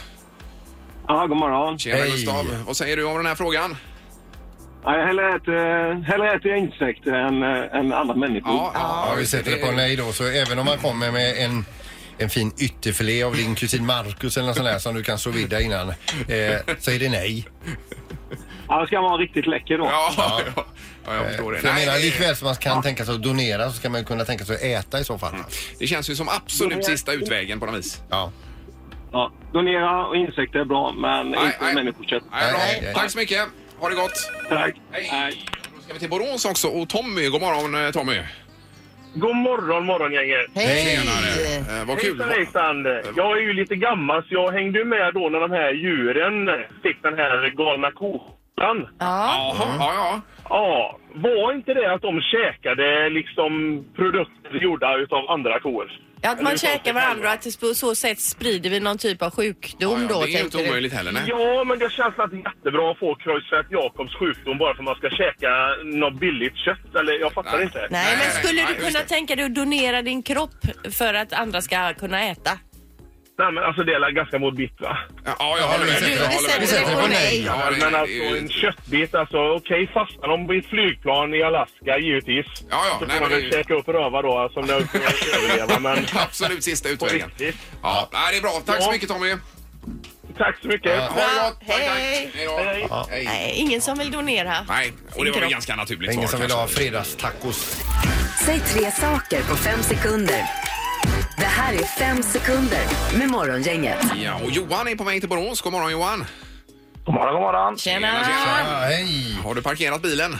Speaker 5: Ja, god morgon.
Speaker 1: Tjena
Speaker 2: Hej.
Speaker 1: Gustav. Vad säger du om den här frågan?
Speaker 5: Ja, jag hellre äter, eh, hellre äter jag insekter än, eh, än alla människor.
Speaker 2: Ja, vi sätter det på
Speaker 1: är-
Speaker 2: nej då. Så även om man kommer med en, en fin ytterfilé av din kusin Markus eller något sånt där som du kan sous vide innan eh, så är det nej.
Speaker 5: Ja, det ska vara riktigt läcker då.
Speaker 1: Ja, ja. ja, jag förstår det.
Speaker 2: Eh, För jag menar,
Speaker 1: det-
Speaker 2: likväl som man kan tänka sig att donera så ska man ju kunna tänka sig att äta i så fall.
Speaker 1: Det känns ju som absolut sista utvägen på något vis.
Speaker 2: Ja.
Speaker 5: Ja, donera och insekter är bra, men
Speaker 1: Nej,
Speaker 5: inte
Speaker 1: nej.
Speaker 5: människokött.
Speaker 1: Nej, bra.
Speaker 2: Nej, nej.
Speaker 1: Tack så mycket. Ha det gott.
Speaker 5: Tack.
Speaker 1: Hej. Då ska vi till Borås också och Tommy. God morgon eh, Tommy.
Speaker 5: God morgon, morgongänget.
Speaker 3: Hej!
Speaker 1: Eh, vad kul.
Speaker 5: Hejsan, hejsan. Jag är ju lite gammal, så jag hängde ju med då när de här djuren fick den här galna kosan.
Speaker 3: Ja.
Speaker 1: Jaha, ja, ja.
Speaker 5: Ja, var inte det att de käkade liksom produkter gjorda utav andra kor?
Speaker 3: Ja, Att man käkar varandra och att det på så sätt sprider vi någon typ av
Speaker 1: Ja,
Speaker 3: sjukdom
Speaker 1: ja,
Speaker 3: då.
Speaker 1: det är ju inte
Speaker 3: tänkte du.
Speaker 1: omöjligt heller. Nej.
Speaker 5: Ja, men det känns inte jättebra att få Kreuzfeld Jakobs sjukdom bara för att man ska käka något billigt kött. Eller jag fattar
Speaker 1: Nej.
Speaker 5: inte.
Speaker 1: Nej,
Speaker 3: Nej,
Speaker 1: nej,
Speaker 3: men skulle
Speaker 1: nej,
Speaker 3: du
Speaker 1: just
Speaker 3: kunna
Speaker 1: det.
Speaker 3: tänka dig att donera din kropp för att andra ska kunna äta?
Speaker 5: Nej, men alltså det är ganska morbidt va?
Speaker 1: Ja, jag håller med.
Speaker 2: Du, vi
Speaker 1: Jag håller med.
Speaker 2: sätter det på nej.
Speaker 1: Ja, det-
Speaker 5: men
Speaker 1: det är
Speaker 5: alltså
Speaker 1: ju-
Speaker 5: en köttbit, alltså okej fastnar de på ett flygplan i Alaska givetvis.
Speaker 1: Ja, ja,
Speaker 5: så
Speaker 1: nej,
Speaker 5: får
Speaker 1: men
Speaker 5: man väl
Speaker 1: det är ju-
Speaker 5: käka upp röva då som det ska överleva. Men
Speaker 1: Absolut sista
Speaker 5: på
Speaker 1: utvägen.
Speaker 5: riktigt.
Speaker 1: Ja, nej, det är bra. Tack så
Speaker 5: Ja.
Speaker 1: mycket Tommy.
Speaker 5: Tack så mycket.
Speaker 1: Ha det gott. Tack,
Speaker 3: Hej.
Speaker 1: tack. Hej då.
Speaker 5: Hej.
Speaker 1: Hej.
Speaker 3: Nej, ingen som vill donera.
Speaker 1: Nej, och det var väl ganska naturligt
Speaker 2: Ingen som vill ha
Speaker 1: kanske.
Speaker 2: fredagstacos.
Speaker 4: Säg tre saker på fem sekunder. Det här är fem sekunder med Morgongänget.
Speaker 1: Ja, och Johan är på väg till Borås. God morgon Johan.
Speaker 5: God morgon, god morgon.
Speaker 3: Tjena!
Speaker 2: Ja, hej!
Speaker 1: Har du parkerat bilen?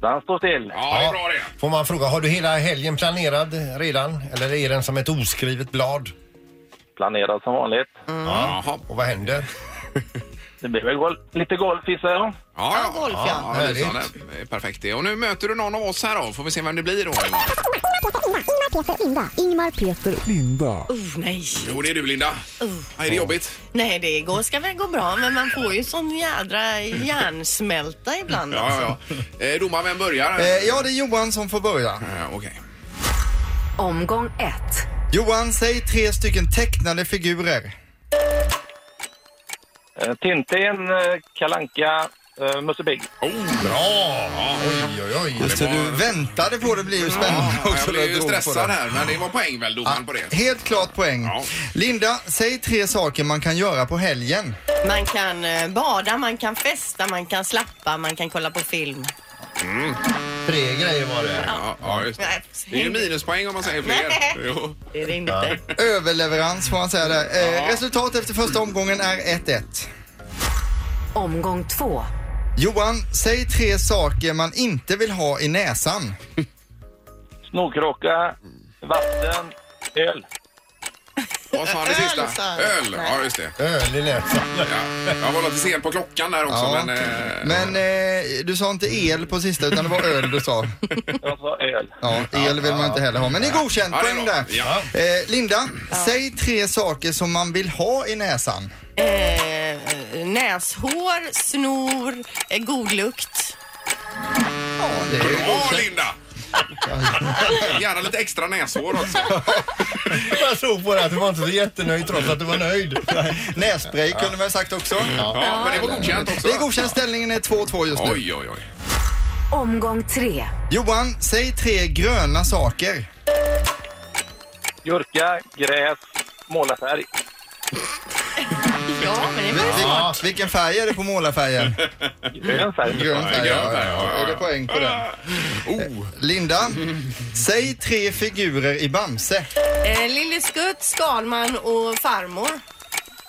Speaker 5: Den står still.
Speaker 1: Ja, det är bra det.
Speaker 2: Får man fråga, har du hela helgen planerad redan? Eller är den som ett oskrivet blad?
Speaker 5: Planerad som vanligt.
Speaker 1: Jaha.
Speaker 2: Och vad händer?
Speaker 5: Det blir väl gol- lite golf gissar jag.
Speaker 1: Ja,
Speaker 3: Ja, golf, ja.
Speaker 1: ja,
Speaker 2: Härligt.
Speaker 1: lysande. Eh, Perfekt det. Och nu möter du någon av oss här då. Får vi se vem det blir då. Johan.
Speaker 6: Ingmar, Peter, Linda. Ingmar, Peter,
Speaker 3: Oh, nej.
Speaker 1: Jo, det är du Linda. Nej, det är jobbigt.
Speaker 3: nej, det går, ska väl gå bra men man får ju sån jädra hjärnsmälta ibland.
Speaker 1: Ja, ja, ja. Eh, domaren, vem börjar?
Speaker 7: Eh,
Speaker 1: Eh,
Speaker 7: ja, det är Johan som får börja.
Speaker 1: Okej.
Speaker 4: Omgång ett.
Speaker 7: Johan, säg tre stycken tecknade figurer.
Speaker 5: Eh, Tintin, eh, Kalanka, eh, Musse Pigg.
Speaker 1: Oh, bra!
Speaker 2: Oj, oj, oj.
Speaker 7: Just det, du väntade på det blir ju spännande
Speaker 1: Ja,
Speaker 7: också.
Speaker 1: jag
Speaker 7: när
Speaker 1: blev
Speaker 7: du
Speaker 1: ju
Speaker 7: drog på
Speaker 1: stressad
Speaker 7: det.
Speaker 1: här, men det var poäng väl domaren på det?
Speaker 7: Helt klart poäng.
Speaker 1: Ja.
Speaker 7: Linda, säg tre saker man kan göra på helgen.
Speaker 3: Man kan eh, bada, man kan festa, man kan slappa, man kan kolla på film.
Speaker 2: Tre grejer var det.
Speaker 1: Ja, ja, just det.
Speaker 3: Nej,
Speaker 1: Det är ju minuspoäng om man säger
Speaker 3: Nej.
Speaker 1: fler. Jo.
Speaker 3: Det är det inte.
Speaker 7: Överleverans får man säga där. Eh, Resultat efter första omgången är 1-1.
Speaker 4: Omgång två.
Speaker 7: Johan, säg tre saker man inte vill ha i näsan.
Speaker 5: Snorkråka, vatten, öl.
Speaker 1: Vad sa han det
Speaker 3: Öl,
Speaker 1: sista?
Speaker 3: sa han.
Speaker 1: Öl! Ja, just det.
Speaker 2: Öl i näsan.
Speaker 1: Ja. Jag var lite sen på klockan där också,
Speaker 7: Ja.
Speaker 1: men... eh,
Speaker 7: Men eh, du sa inte el på sista utan det var öl du sa.
Speaker 5: Jag sa alltså öl.
Speaker 7: Ja, el vill man inte heller ha. Men det är godkänt.
Speaker 1: Ja, det är
Speaker 7: Poäng
Speaker 1: bra.
Speaker 7: där.
Speaker 1: Ja.
Speaker 7: Eh, Linda, säg tre saker som man vill ha i näsan.
Speaker 3: Eh, näshår, snor, eh, god lukt.
Speaker 7: Ja, det är ju
Speaker 1: Bra,
Speaker 7: godkänt.
Speaker 1: Linda! Gärna lite extra näshår också.
Speaker 2: Jag såg på det att du var inte så jättenöjd trots att du var nöjd.
Speaker 7: Nässpray kunde man ha sagt också.
Speaker 1: Ja, men det var godkänt också.
Speaker 7: Det är godkänt. Ställningen är 2-2 just nu.
Speaker 1: Oj, oj, oj.
Speaker 4: Omgång tre.
Speaker 7: Johan, säg tre gröna saker.
Speaker 5: Gurka, gräs, målarfärg.
Speaker 3: Ja, men det var ju
Speaker 7: Vil-
Speaker 3: smart.
Speaker 7: Vilken färg är det på målarfärgen?
Speaker 5: Grön färg.
Speaker 7: Grön färg,
Speaker 1: grön färg, ja, ja,
Speaker 7: Är det
Speaker 1: ja.
Speaker 7: poäng på den?
Speaker 1: Oh.
Speaker 7: Linda, säg tre figurer i Bamse.
Speaker 3: Eh, Lilleskutt, Skalman och farmor.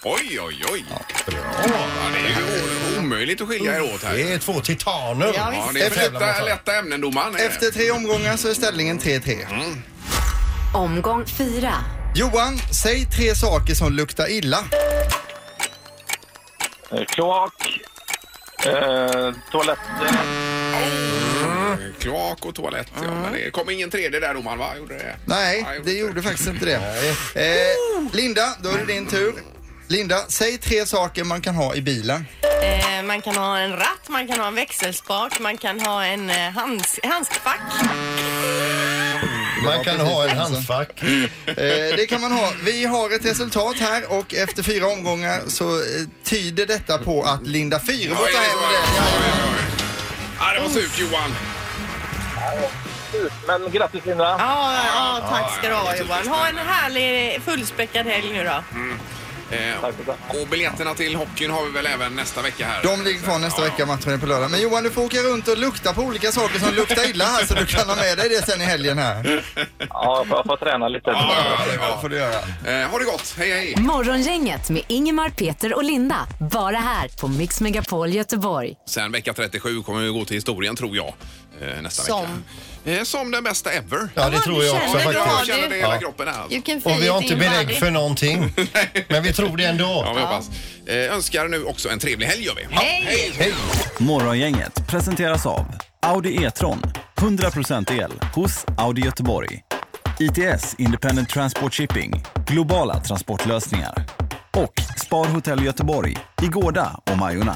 Speaker 1: Oj, oj, oj. Ja, det är ju o- omöjligt att skilja er åt här.
Speaker 7: Mm.
Speaker 2: Det är två titaner.
Speaker 3: Ja,
Speaker 1: Ja, det är för
Speaker 2: Tävlar man
Speaker 1: lätta,
Speaker 2: för.
Speaker 1: lätta ämnen, domaren. är det.
Speaker 7: Efter tre omgångar så är ställningen 3-3.
Speaker 4: Omgång fyra.
Speaker 7: Johan, säg tre saker som luktar illa.
Speaker 5: Eh, Kloak, eh, toaletter.
Speaker 1: Kloak och toalett, ja. Men det kom ingen tredje där, domaren, va? Gjorde det?
Speaker 7: Mm. Nej, det gjorde faktiskt inte det. Eh, Linda, då är det din tur. Linda, säg tre saker man kan ha i bilen.
Speaker 3: Eh, man kan ha en ratt, man kan ha en växelspak, man kan ha en eh, hands, handskfack.
Speaker 2: Man kan
Speaker 7: precis.
Speaker 2: ha en handskfack.
Speaker 7: Eh, det kan man ha. Vi har ett resultat här och efter fyra omgångar så eh, tyder detta på att Linda Fyrebo
Speaker 1: Oj,
Speaker 7: tar
Speaker 1: oj,
Speaker 7: hem
Speaker 1: oj,
Speaker 7: det.
Speaker 1: oj, oj. Ja, det var surt Johan.
Speaker 5: Men grattis Linda!
Speaker 3: Ja, ja, tack ska du ha Johan. Ha en härlig fullspäckad helg nu då.
Speaker 1: Eh, och biljetterna till hockeyn har vi väl även nästa vecka här.
Speaker 7: De ligger kvar nästa vecka, matchen är på lördag. Men Johan, du får åka runt och lukta på olika saker som luktar illa här så du kan ha med dig det sen i helgen här.
Speaker 5: Ja, jag får, jag får träna lite.
Speaker 1: Ja, det är bra.
Speaker 7: får du göra.
Speaker 1: Eh, ha det gott, hej hej!
Speaker 4: Morgongänget med Ingemar, Peter och Linda. Bara här på Mix Megapol Göteborg.
Speaker 1: Sen vecka 37 kommer vi gå till historien tror jag. Eh, nästa
Speaker 3: Som?
Speaker 1: vecka. Eh, som den bästa ever.
Speaker 2: Ja, det
Speaker 3: Ja,
Speaker 2: tror
Speaker 3: du
Speaker 2: jag
Speaker 3: känner
Speaker 2: också
Speaker 3: det bra,
Speaker 1: jag
Speaker 2: faktiskt.
Speaker 1: känner det i
Speaker 3: du.
Speaker 1: hela
Speaker 2: Ja.
Speaker 1: kroppen här. alltså.
Speaker 3: You can
Speaker 2: Och vi har
Speaker 3: feel it
Speaker 2: inte
Speaker 3: in your
Speaker 2: belägg
Speaker 3: body.
Speaker 2: för någonting. Men vi tror det
Speaker 1: Ja,
Speaker 2: ändå.
Speaker 1: vi hoppas. Eh, önskar nu också en trevlig helg gör vi. Ja,
Speaker 3: Hej!
Speaker 12: Morgongänget presenteras av Audi E-tron. 100% el hos Audi Göteborg. ITS Independent Transport Shipping. Globala transportlösningar. Och Spar Hotell Göteborg i Gårda och Majorna.